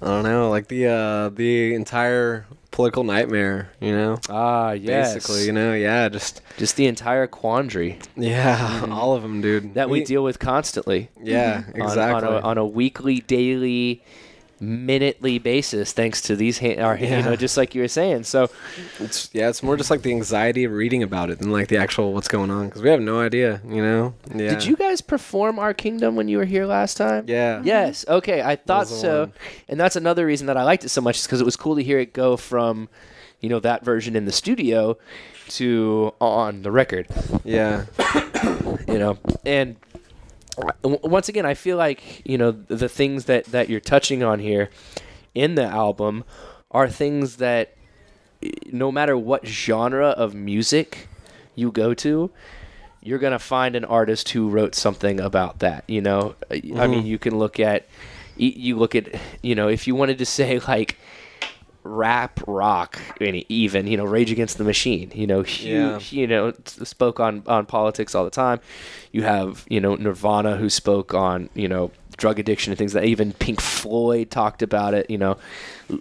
I don't know, like the uh the entire political nightmare, you know?
ah yes
Basically, you know, yeah, just
just the entire quandary
yeah, all of them, dude.
Mm-hmm. that we deal with constantly
Yeah,
on-
exactly.
on, a, on a weekly, daily, minutely basis, thanks to these, ha- our, you
Yeah.
know, just like you were saying. So,
it's yeah, it's more just like the anxiety of reading about it than like the actual what's going on because we have no idea, you know? Yeah.
did you guys perform Our Kingdom when you were here last time?
Yeah.
Yes. Okay, I thought
was the
so,
one.
and that's another reason that I liked it so much is because it was cool to hear it go from, you know, that version in the studio to on the record.
Yeah.
you know and w- once again i feel like you know the things that that you're touching on here in the album are things that eh, no matter what genre of music you go to you're going to find an artist who wrote something about that you know Uh, y- i mean you can look at y- you look at you know if you wanted to say like rap rock and even you know rage against the machine you know
Yeah.
huge you know t- spoke on on politics all the time you have you know nirvana who spoke on you know drug addiction and things like that even pink floyd talked about it you know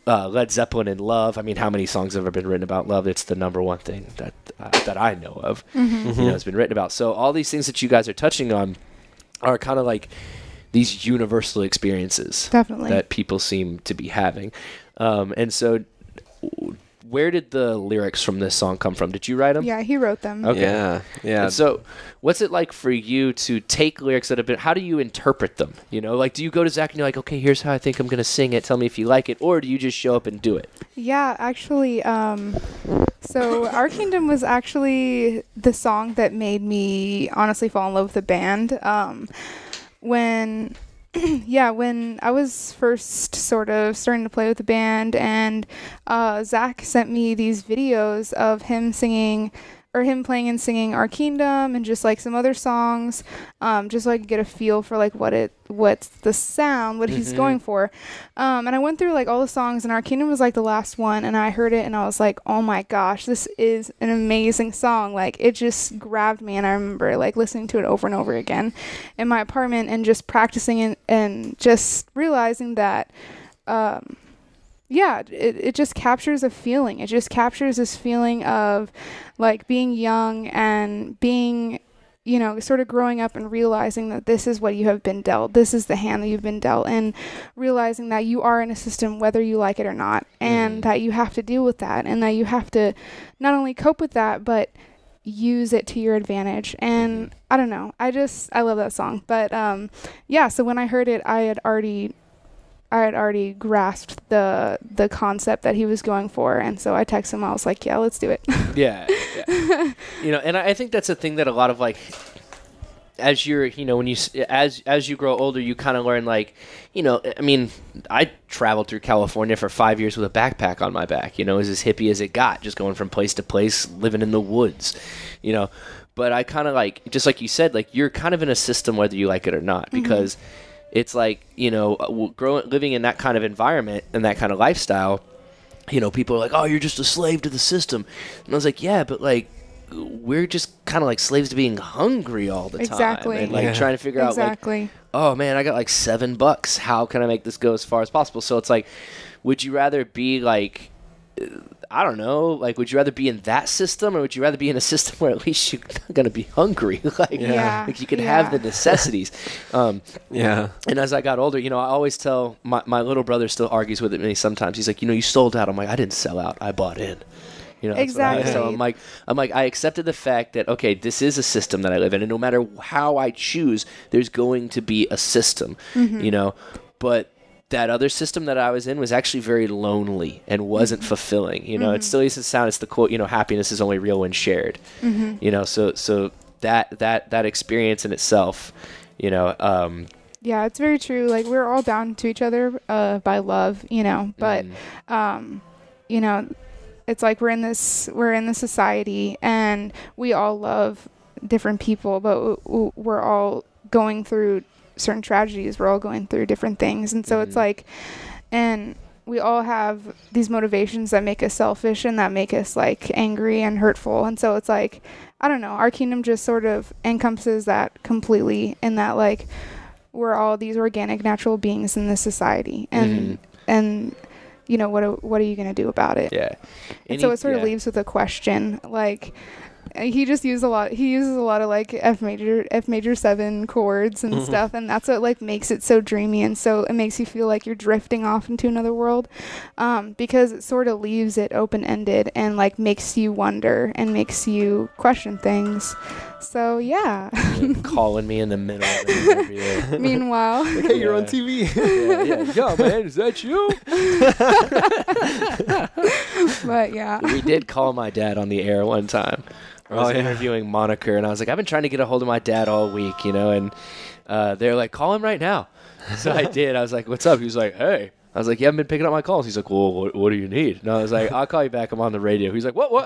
uh, led zeppelin and love i mean how many songs have ever been written about love it's the number one thing that uh, that i know of you know has been written about so all these things that you guys are touching on are kind of like these universal experiences
Definitely.
that people seem to be having. Um, and so, where did the lyrics from this song come from? Did you write them?
Yeah, he wrote them.
Okay.
Yeah. Yeah.
And so, what's it like for you to take lyrics that have been? How do you interpret them? You know, like do you go to Zach and you're like, okay, here's how I think I'm gonna sing it. Tell me if you like it, or do you just show up and do it?
Yeah, actually, um, so Our Kingdom was actually the song that made me honestly fall in love with the band. Um, when, yeah, when I was first sort of starting to play with the band, and uh, Zach sent me these videos of him singing. Or him playing and singing "Our Kingdom" and just like some other songs, um, just so I could get a feel for like what it, what's the sound, what he's going for. Um, and I went through like all the songs, and Our Kingdom was like the last one. And I heard it, and I was like, oh my gosh, this is an amazing song. Like, it just grabbed me. And I remember like listening to it over and over again in my apartment and just practicing and, and just realizing that, um, yeah, it, it just captures a feeling. It just captures this feeling of like being young and being you know, sort of growing up and realizing that this is what you have been dealt, this is the hand that you've been dealt, and realizing that you are in a system whether you like it or not, and that you have to deal with that, and that you have to not only cope with that, but use it to your advantage. And I don't know. I just I love that song. But um yeah, so when I heard it, I had already I had already grasped the the concept that he was going for, and so I texted him. I was like, "Yeah, let's do it."
Yeah. yeah. you know, and I I think that's a thing that a lot of like as you're, you know, when you s- as as you grow older, you kind of learn like, you know, I mean, I traveled through California for 5 years with a backpack on my back, you know, as as hippie as it got, just going from place to place, living in the woods, you know. But I kind of like just like you said, like you're kind of in a system whether you like it or not because it's like, you know, w- growing living in that kind of environment and that kind of lifestyle, you know, people are like, "Oh, you're just a slave to the system," and I was like, "Yeah, but like, we're just kind of like slaves to being hungry all the time,
Exactly.
and like
Yeah.
trying to figure out like,
exactly.
oh man, I got like seven bucks. How can I make this go as far as possible?" So it's like, would you rather be like? uh, I don't know. Like, would you rather be in that system, or would you rather be in a system where at least you're not gonna be hungry? like,
Yeah.
like you can
Yeah.
have the necessities. um,
Yeah.
and as I got older, you know, I always tell my, my little brother still argues with me sometimes. He's like, you know, you sold out. I'm like, I didn't sell out. I bought in. You know, that's what I-
Exactly.
So I'm like, I'm like, I accepted the fact that okay, this is a system that I live in, and no matter how I choose, there's going to be a system. You know, but that other system that I was in was actually very lonely and wasn't fulfilling. You know, it still used to sound. It's the quote. You know, happiness is only real when shared. You know, so so that that that experience in itself. You know, um,
Yeah, it's very true. Like we're all bound to each other uh, by love, you know. But
Mm.
um, you know, it's like we're in this we're in this society, and we all love different people, but w- w- we're all going through certain tragedies. We're all going through different things, and so it's like, and we all have these motivations that make us selfish and that make us like angry and hurtful. And so it's like, I don't know, our kingdom just sort of encompasses that completely in that like we're all these organic natural beings in this society and and you know what are- what are you going to do about it?
Yeah.
And so it sort of leaves with a question like uh, he just used a lot he uses a lot of like f major f major 7 chords
Mm-hmm.
and stuff and that's what like makes it so dreamy and so it makes you feel like you're drifting off into another world um, because it sort of leaves it open ended and like makes you wonder and makes you question things so yeah
calling me in the middle of the interview.
meanwhile
you're
Hey, you're
on
on TV.
yeah, yeah. Yo, man, is that you?
but yeah
We did call my dad on the air one time. I was
Oh, yeah.
interviewing Moniker, and I was like, I've been trying to get a hold of my dad all week, you know, and uh, they're like, call him right now. So I did. I was like, what's up? He was like, hey. I was like, you haven't been picking up my calls. He's like, well, what, what do you need? And I was like, I'll call you back. I'm on the radio. He's like, what? What?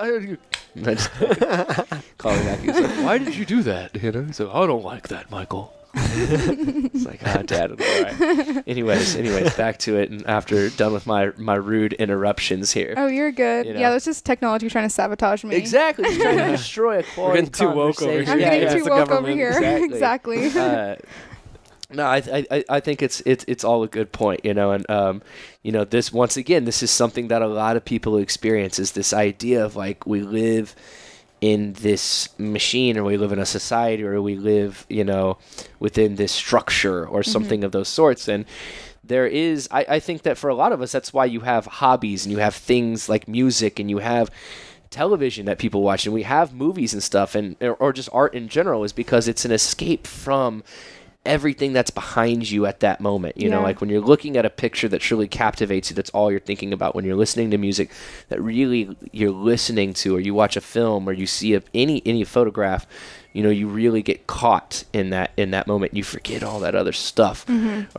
And I just called him back. He was like, why did you do that? You know, he's like, I don't like that, Michael. It's like, ah, dad, I'm all right. Anyways, anyways, back to it. And after done with my my rude interruptions here.
oh you're good
You know.
yeah that's just technology trying to sabotage me
Exactly. He's trying to destroy a quality
getting too woke over
conversation.
i'm
Yeah,
getting
yeah,
too
it's the
woke over
government.
here
Exactly.
exactly.
Uh, no, I, I- I I think it's it's it's all a good point, you know, and um, you know, this once again, this is something that a lot of people experience is this idea of like we live in this machine or we live in a society or we live, you know, within this structure or something of those sorts. And there is I, I think that for a lot of us that's why you have hobbies and you have things like music and you have television that people watch and we have movies and stuff and or, or just art in general is because it's an escape from everything that's behind you at that moment you know
Yeah.
like when you're looking at a picture that truly captivates you that's all you're thinking about when you're listening to music that really you're listening to or you watch a film or you see a, any any photograph you know you really get caught in that in that moment you forget all that other stuff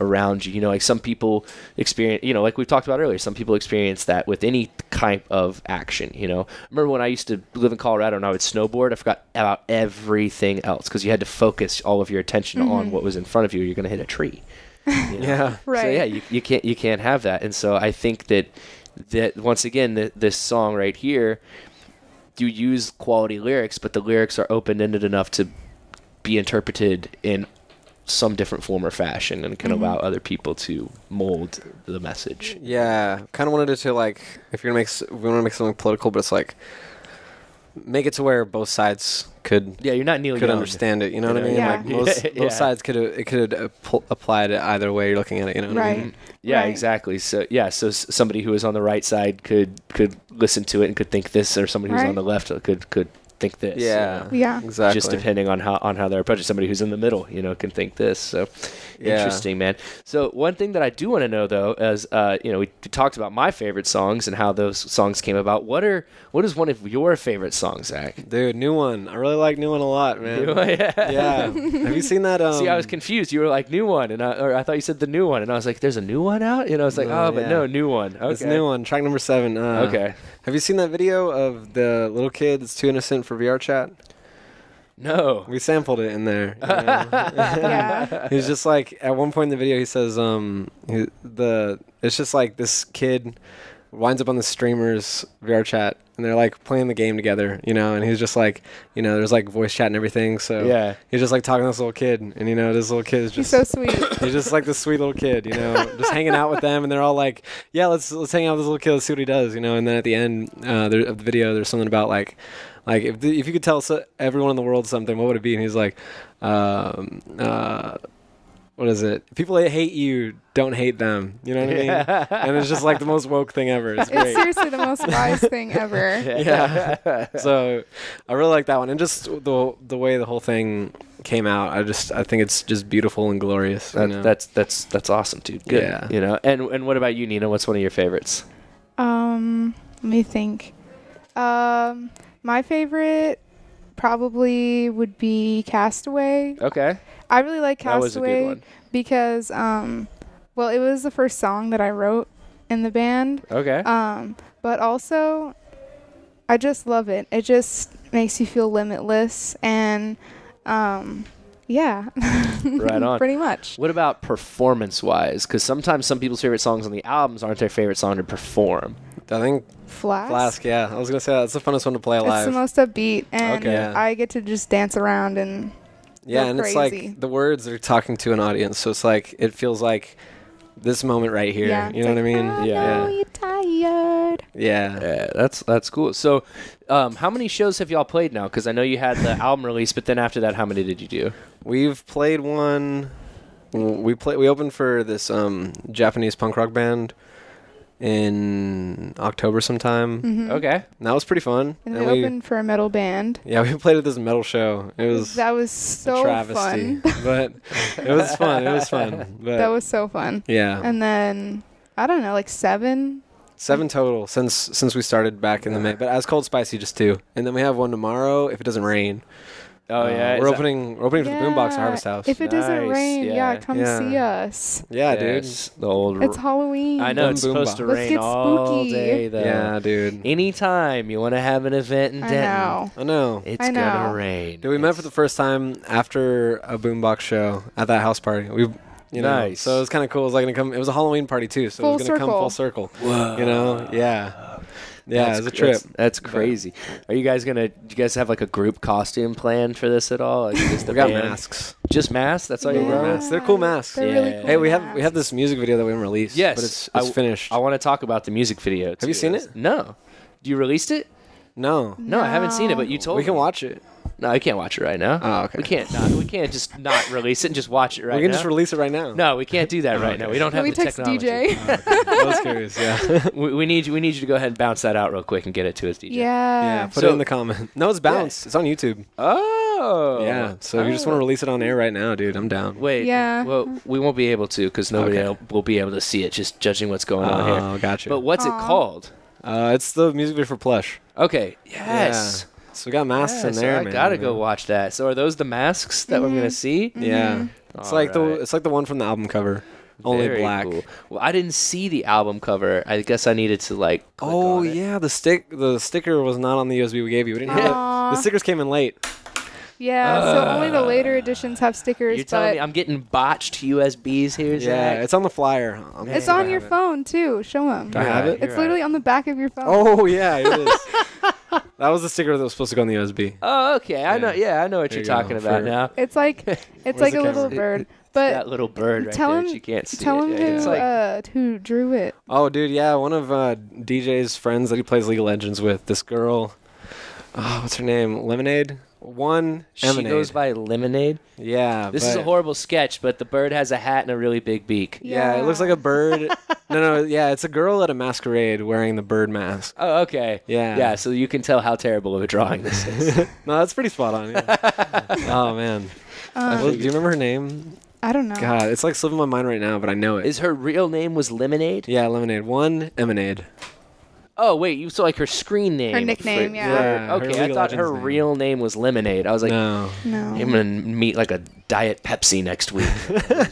around you you know like some people experience you know like we've talked about earlier some people experience that with any kind of action you know I remember when i used to live in colorado and i would snowboard i forgot about everything else because you had to focus all of your attention on what was in front of you you're going to hit a tree
yeah.
so
Right.
yeah, you, you can't you can't have that. And so I think that that once again th this song right here, you use quality lyrics, but the lyrics are open ended enough to be interpreted in some different form or fashion, and
Mm-hmm.
can allow other people to mold the message.
Yeah. Kind of wanted it to like, if you're gonna make, s- we want to make something political, but it's like, make it to where both sides could
Yeah, you're not Neil
could
Young.
understand it. You know what I mean?
Yeah.
Like most,
Yeah.
both sides could uh, it could app- apply to either way you're looking at it. You know what I mean?
right
Mm-hmm. Yeah,
Right.
exactly. So yeah, so s- somebody who is on the right side could could listen to it and could think this, or somebody who's on
Right.
the left could could think this. you know?
Yeah.
Yeah.
Exactly.
Just depending on how on how they're approaching. Somebody who's in the middle, you know, can think this. So
Yeah.
interesting, man. So one thing that I do want to know though, is uh, you know, we talked about my favorite songs and how those songs came about. What are what is one of your favorite songs, Zach?
Dude, new one. I really like new one a lot, man.
yeah.
Yeah. Have you seen that? Um,
See, I was confused. You were like new one, and I, or I thought you said the new one, and I was like, "There's a new one out," and I was like,
No,
"Oh, but
yeah.
no, new one." Okay.
It's a new one, track number seven. Uh,
Okay.
Have you seen that video of the little kid that's too innocent for VR chat?
No.
We sampled it in there. you know?
yeah.
He's just like at one point in the video he says um he, the it's just like this kid winds up on the streamers VR chat and they're like playing the game together, you know, and he's just like, you know, there's like voice chat and everything, so
Yeah.
he's just like talking to this little kid and you know, this little kid is
He's
just
so sweet.
He's just like this sweet little kid, you know, just hanging out with them, and they're all like, "Yeah, let's let's hang out with this little kid, let's see what he does," you know. And then at the end uh, there, of the video, there's something about like, like if the, if you could tell so, everyone in the world something, what would it be? And he's like, um, uh, "What is it? People that hate you don't hate them." You know what
Yeah.
I mean? And it's just like the most woke thing ever. It's
It's
great.
seriously the most wise thing ever.
yeah. so I really like that one, and just the the way the whole thing came out, I just I think it's just beautiful and glorious. you
That,
know?
That's that's that's awesome, dude. Good.
Yeah.
You know. And and what about you, Nina? What's one of your favorites?
Um, let me think. Um, my favorite probably would be Castaway.
Okay.
I really like
That was a good
Castaway
one.
because um, well, it was the first song that I wrote in the band.
Okay.
Um, but also, I just love it. It just makes you feel limitless and um, yeah,
right on.
pretty much.
What about performance-wise? Because sometimes some people's favorite songs on the albums aren't their favorite song to perform.
I think
Flask.
Flask, yeah. I was gonna say that's the funnest one to play
It's
live.
the most upbeat, and
Okay. Yeah.
I get to just dance around and
yeah,
go
and it's
crazy.
like the words are talking to an audience, so it's like it feels like this moment right here.
Yeah,
you
it's
know what I
like,
mean?
"I
Yeah.
know you're tired.
yeah.
Yeah, that's that's cool. So, um, how many shows have y'all played now? Because I know you had the album release, but then after that, how many did you do?
We've played one. We play. We opened for this um, Japanese punk rock band in October sometime.
Okay.
And that was pretty fun.
Mm-hmm. And, we, opened for a metal band.
yeah, we played at this metal show. It was
that was
a
so
travesty,
fun.
but it was fun. It was fun. But
That was so fun.
yeah.
And then I don't know, like seven.
Seven total since since we started back in the May. But as cold spicy, just two, and then we have one tomorrow if it doesn't rain.
Oh
Uh,
yeah.
we're
is that-
opening we're opening for the Boombox at
Yeah.
Harvest House.
If it doesn't
Nice,
rain, yeah,
yeah.
come
Yeah.
see us.
yeah,
Yes, The old.
It's Halloween.
I know
Boom,
it's
boom,
supposed to
bop.
Let's
rain
get
all
spooky.
day though.
dude. Yeah, dude.
Anytime you want to have an event in
I
Denton,
know.
I know.
it's
I
gonna
know.
rain.
Dude, we met for the first time after a Boombox show at that house party. We, you know,
Nice.
so it was kind of cool. It was like gonna come. It was a Halloween party too, so it was
Full
gonna come full circle. You know, yeah, yeah.
That's
it was a
cr-
trip.
That's, that's crazy. Are you guys gonna? Do you guys have like a group costume planned for this at all? Like, just the
We got
band?
masks.
Just masks. That's all you wear.
Yeah. masks. They're cool masks.
They're
Yeah.
really cool
Hey, we have we
masks.
have this music video that we haven't released.
Yes,
but it's,
I
it's
w-
finished.
I want to talk about the music video.
you
too.
seen it?
No. Do you released it?
no,
No, I haven't seen it. But you told
we can
me.
watch it.
No, I can't watch it right now.
Oh, okay.
We can't not. We can't just not release it and just watch it right
we can
now.
just release it right now.
no, we can't do that right now. We don't
Can
have
we
the
text
technology.
DJ?
I was curious. Yeah.
we, we need you. We need you to go ahead and bounce that out real quick and get it to us, DJ.
yeah.
yeah.
Put
So-
it in the comment. No, it's bounced. It's on YouTube.
Oh.
yeah. So if you just want to release it on air right now, dude, I'm down.
Wait.
Yeah.
Well, we won't be able to because nobody
Okay.
el- will be able to see it. Just judging what's going on
Oh,
here.
gotcha.
But what's it
Aw.
called?
uh, it's the music video for Plush.
Okay. Yes.
Yeah. So we got masks
Yes,
in there.
I
man.
gotta go watch that. So are those the masks that we're gonna see?
Yeah. It's like
Alright.
the it's like the one from the album cover, only
Mm-hmm. Very
black.
cool. Well, I didn't see the album cover. I guess I needed to like. click
Oh
on it.
yeah, the stick the sticker was not on the USB we gave you. We didn't have it.
Aw.
The stickers came in late.
Yeah, so only the later editions have stickers,
You're telling
but
Uh. me I'm getting botched USBs here,
Yeah,
Zach?
it's on the flyer. I'm
it's
gonna
on your
have it.
phone too. Show them.
I have
You're
it?
It's
right.
literally on the back of your phone.
Oh yeah, it is. that was the sticker that was supposed to go on the USB.
Oh, okay. I know. Yeah, I know what
There
you're
you go.
talking about
For-
now.
It's like it's like a
the
little
camera?
bird. But
that little bird right
tell
there.
him
that you can't see it.
tell him
Yeah,
who,
it's like-
uh, who drew it.
Oh dude, yeah, one of uh, DJ's friends that he plays League of Legends with, this girl. Oh, what's her name? Lemonade. One
She goes by Lemonade.
Yeah.
This is a
but-
horrible sketch, but the bird has a hat and a really big beak.
Yeah, it looks like a bird. no, no, yeah, it's a girl at a masquerade wearing the bird mask.
Oh, okay.
Yeah.
Yeah, so you can tell how terrible of a drawing this is.
No, that's pretty spot on. Yeah. oh man, Well, do you remember her name?
I don't know.
God, it's like slipping my mind right now, but I know it.
is her real name was Lemonade?
yeah, lemonade. One lemonade.
Oh, wait, you saw like her screen name.
Her nickname,
for-
yeah.
Yeah, her
okay, I
League of
thought her
Legends name.
real name was Lemonade. I was like,
No,
I'm
No.
gonna meet like a diet Pepsi next week.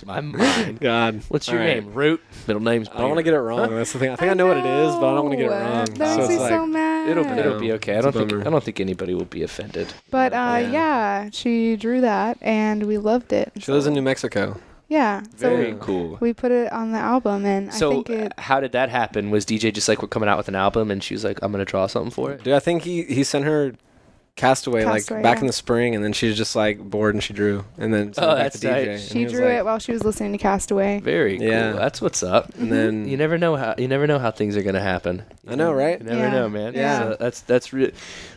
my mind.
God.
What's your
All right.
name? Root. Middle name's.
I don't want to
Beer.
get it wrong. That's the thing. I think I know, what it is, but I don't want to get it
know. uh,
wrong.
That makes
it's
me so
like-
mad.
It'll
Yeah.
it'll be okay. I
It's a
don't think
bummer.
I don't think anybody will be offended.
But uh,
Yeah.
yeah. she drew that, and we loved it.
She lives in New Mexico.
Yeah. So
Very
Yeah.
cool.
we put it on the album, and I
So
think it.
uh, how did that happen? Was DJ just like we're coming out with an album and she was like I'm gonna draw something for it?
Dude, I think he, he sent her Castaway, like
Castaway,
back
yeah.
in the spring, and then she was just like bored and she drew, and then sent
Oh,
it back to
that's right.
DJ. and he
She
was
drew
like-
it while she was listening to Castaway.
Very
Yeah.
cool. That's what's up.
and then
You never know how you never know how things are gonna happen.
I know, right?
You never
Yeah.
know, man.
Yeah.
So that's that's really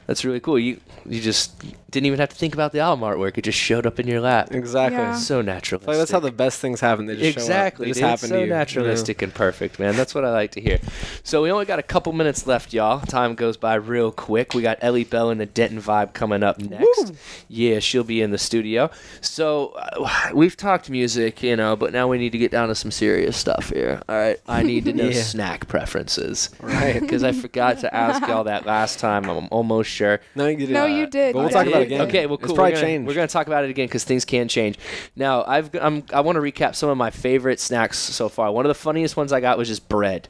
that's really cool. You you just didn't even have to think about the album artwork. It just showed up in your lap.
exactly.
Yeah.
So natural.
It's Like that's how the best things happen. They just
exactly
show up. They just
dude.
happen
so
to you. you know?
naturalistic and perfect man that's what i like to hear so we only got a couple minutes left y'all time goes by real quick we got ellie bell and the denton vibe coming up next yeah she'll be in the studio so uh, we've talked music you know but now we need to get down to some serious stuff here all right i need to know
Yeah.
snack preferences
Right.
because i forgot to ask y'all that last time i'm almost sure
No, you did.
No, you did.
But we'll
You
talk
did.
about it again.
Okay, well, cool.
It's probably
we're gonna,
changed.
We're gonna talk about it again because things can change. Now, I've I'm, I want to recap some of my favorite snacks so far. One of the funniest ones I got was just bread.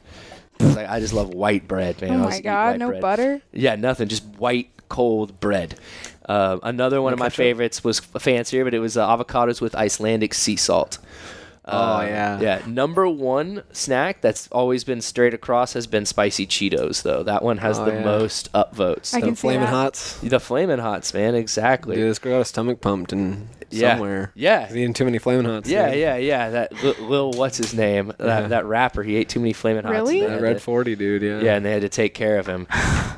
I was like, I just love white bread, man.
Oh
I'll
my
just eat
God,
white
no
bread.
butter?
Yeah, nothing. Just white cold bread. Uh, another one of my favorites was fancier, but it was uh, avocados with Icelandic sea salt.
Oh
Uh,
yeah.
yeah. Number one snack that's always been straight across has been spicy Cheetos, though. That one has
Oh,
the
yeah.
most upvotes.
I
The
can see
flaming
that.
hots.
the flaming hots, man. Exactly.
Dude, this girl got a stomach pumped and
Yeah.
somewhere.
Yeah.
He's eating too many flaming hots.
Yeah,
dude.
yeah, yeah. That li- Lil, what's his name? That,
Yeah.
that rapper. He ate too many flaming hots. and
Really?
they
That
had
red
to-
forty, dude. Yeah.
Yeah, and they had to take care of him.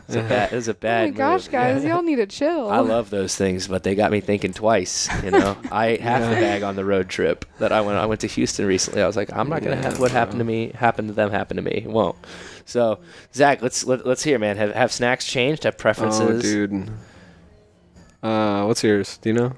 It's a bad. It was a bad.
Oh my gosh,
move.
guys, y'all need to chill.
I love those things, but they got me thinking twice. You know, I ate half a bag on the road trip that I went. I went to Houston recently. I was like, I'm not gonna have what happened to me happen to them happen to me. It won't. So, Zach, let's let, let's hear, man. Have have snacks changed? Have preferences?
Oh, dude. Uh, what's yours? Do you know?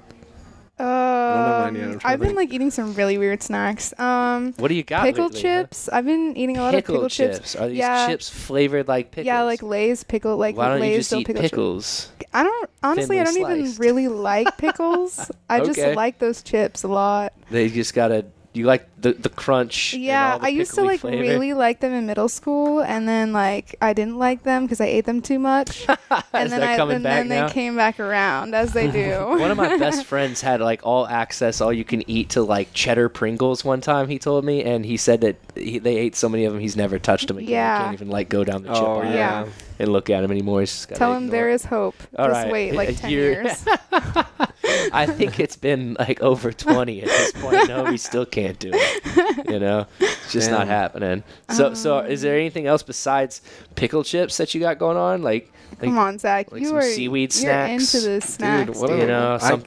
Um,
I don't know mine yet. I'm trying to
I've been
think.
like eating some really weird snacks. Um,
What do you got?
pickle
lately, huh?
chips. I've been eating a lot
Pickle
of pickle chips.
Are these
Yeah.
chips flavored like pickles?
Yeah, like Lay's pickle, like
Why don't
Lay's
you just
dill
eat
pickle chip.
pickles?
I don't honestly. I don't
Thinly
even
sliced.
really like pickles. I just
Okay.
like those chips a lot.
They just gotta. You like the the crunch. and
Yeah,
all the
I used to
pickly
like
flavor.
really like them in middle school, and then like I didn't like them because I ate them too much. and
Is
then
that
I
coming
and
back
then
now?
they came back around as they do.
One of my best friends had like all access, all you can eat to like cheddar Pringles one time. He told me, and he said that he, they ate so many of them, he's never touched them again.
Yeah.
He can't even like go down the chip
Oh
aisle
yeah.
Yeah.
and look at them anymore. He's just gotta
Tell them
ignore
there
it.
is hope.
All
just
right.
wait
A
like 10
year.
years.
I think it's been like over 20 at this point. No, we still can't do it. You know, it's just not
Damn.
happening. So, so
Um.
is there anything else besides pickle chips that you got going on? Like, like
Come on, Zach.
like
you
some
are
seaweed
you're
snacks?
into the snacks.
what
you
are-
know,
I-
some,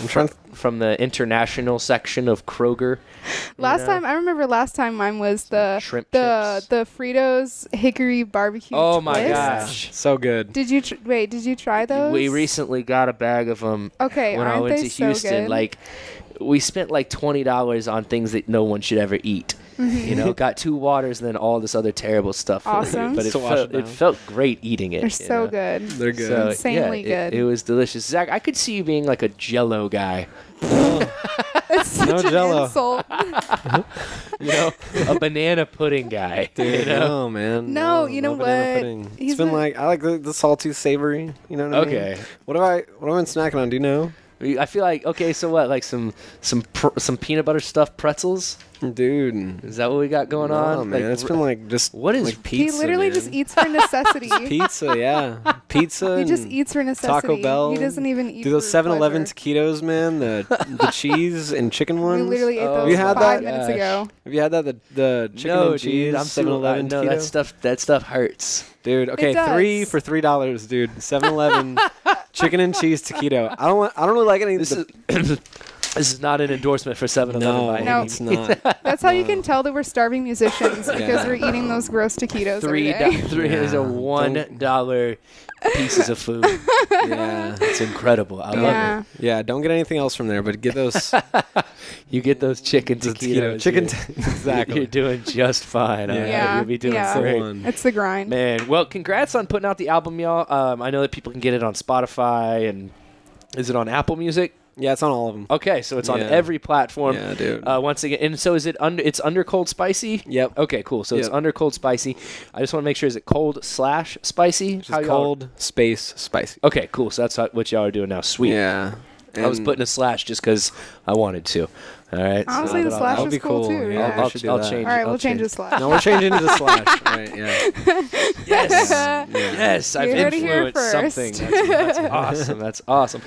I'm trying. To,
from the international section of Kroger.
last
know?
time I remember last time mine was the
shrimp
the
chips.
the Fritos hickory barbecue.
Oh my
twist.
gosh.
so good.
Did you tr- wait? Did you try those?
We recently got a bag of them
Okay,
when I
aren't
went
they
to
so
Houston.
good?
Like, we spent like twenty dollars on things that no one should ever eat.
Mm-hmm.
You know, got two waters and then all this other terrible stuff. for you,
Awesome.
but it,
Just to wash
felt,
it
it
down.
felt great eating it.
They're
you
so
know?
good.
They're good.
So,
Insanely
yeah, it-
good.
It, was delicious. Zach, I could see you being like a Jello guy.
It's such an
Jell-O.
insult.
You know, a banana pudding guy.
Dude, no, man. Oh,
No, you know
banana
what?
pudding. It's
He's
been
been-
like I like the, the salty, savory. You know what I mean?
Okay.
What have I? What have I been snacking on? Do you know?
I feel like okay, so what? Like some some pr- some peanut butter stuffed pretzels.
Dude.
Is that what we got going
Nah,
on?
man.
Like,
it's been like just
What is-
like pizza?
he literally
man.
just eats for necessity.
pizza. Yeah, pizza.
he just
and
eats for necessity.
Taco Bell.
He doesn't even eat.
Do those
for
7-Eleven
pleasure.
taquitos, man? The the cheese and chicken
We
ones.
literally ate
Oh
those
You had
five
that?
minutes
Gosh.
ago.
Have you had that? The, the chicken
no,
and cheese
dude, I'm
7-Eleven
so, uh,
keto?
No, that stuff that stuff hurts.
Dude, okay,
does.
three for three dollars, dude. 7-Eleven chicken and cheese taquito. I don't want, I don't really like any.
This
the-
is this is not an endorsement for 7-Eleven by
No.
any
it's not.
That's how you can tell that we're starving musicians because
Yeah.
we're eating those gross taquitos
Three,
every
do-
day.
three is a
Yeah.
one dollar pieces of food.
yeah,
It's incredible. I love
yeah.
it.
yeah. Don't get anything else from there, but get those
You get those chicken taquitos.
chicken.
you're-
t- exactly.
You're doing just fine. all right?
Yeah.
You'll be doing
Yeah.
That's the
great.
one.
It's the grind.
Man, well, congrats on putting out the album, y'all. Um, I know that people can get it on Spotify and is it on Apple Music?
Yeah, it's on all of them.
Okay, so it's on
Yeah.
every platform.
Yeah, dude.
Uh, once again, and so is it under? It's under cold spicy.
Yep.
Okay, cool. So it's
Yep.
under cold spicy. I just want to make sure is it cold slash spicy? How
Just
y'all-
cold, space, spicy.
Okay, cool. So that's how- what y'all are doing now. Sweet.
Yeah.
I was
And-
putting a slash just because I wanted to. All right. so
Honestly,
I'll
the
put on
slash
that.
That would
is
be
cool,
cool.
too.
Yeah,
Yeah.
we
I'll,
should do
I'll
that.
change.
All
it.
right,
I'll
we'll
change
change the
it.
slash.
No, we're changing to the slash. Right? Yeah.
Yes. Yes, I've
You heard it here
influenced something.
first.
That's, that's awesome. That's awesome.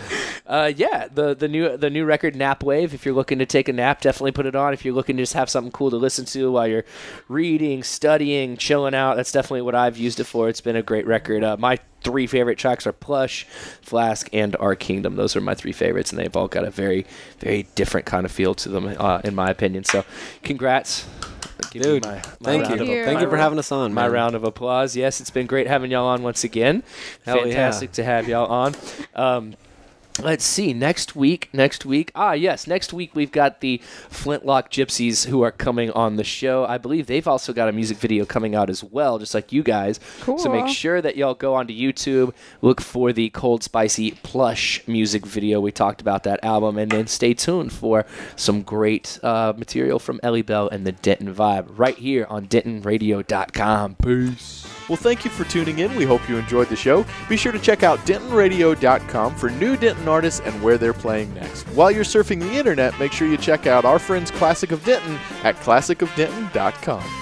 Uh, yeah, the the new the new record Nap Wave. If you're looking to take a nap, definitely put it on. If you're looking to just have something cool to listen to while you're reading, studying, chilling out, that's definitely what I've used it for. It's been a great record. Uh, my three favorite tracks are Plush, Flask, and Our Kingdom. Those are my three favorites, and they've all got a very very different kind of feel to them, uh, in my opinion. So, congrats. Give me
Dude,
my- my round
thank you.
of
Thank you.
Thank you for
applause.
having us on.
My
man.
round of applause. Yes, it's been great having y'all on once again.
Hell yeah.
Fantastic to have y'all on. Um, let's see. Next week, next week. Ah, yes, next week we've got the Flintlock Gypsies who are coming on the show. I believe they've also got a music video coming out as well, just like you guys. So make
Cool.
sure that y'all go onto YouTube, look for the Cold Spicy Plush music video. We talked about that album, and then stay tuned for some great uh, material from Ellie Bell and the Denton Vibe right here on DentonRadio.com. Peace.
Well, thank you for tuning in. We hope you enjoyed the show. Be sure to check out DentonRadio.com for new Denton artists and where they're playing next. While you're surfing the internet, make sure you check out our friends Classic of Denton at ClassicofDenton.com.